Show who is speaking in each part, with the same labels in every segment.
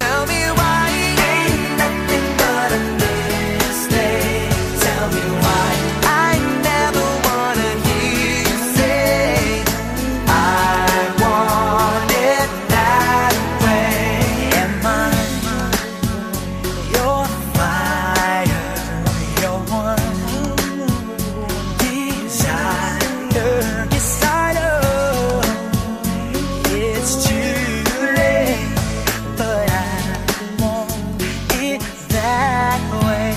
Speaker 1: Tell me why ain't nothing but a mistake. Tell me why I never wanna hear you say I want it that way. Am I your fire, your one desire? Yes, I know it's too late. But I want it that way.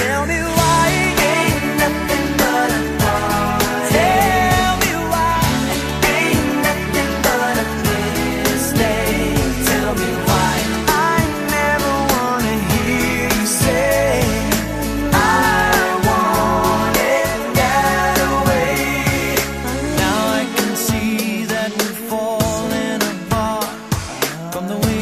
Speaker 1: Tell me why it ain't nothing but a party. Tell me why it ain't nothing but a mistake. Tell me why I never wanna hear you say I want it that way. Now I can see that we're falling apart from the wind.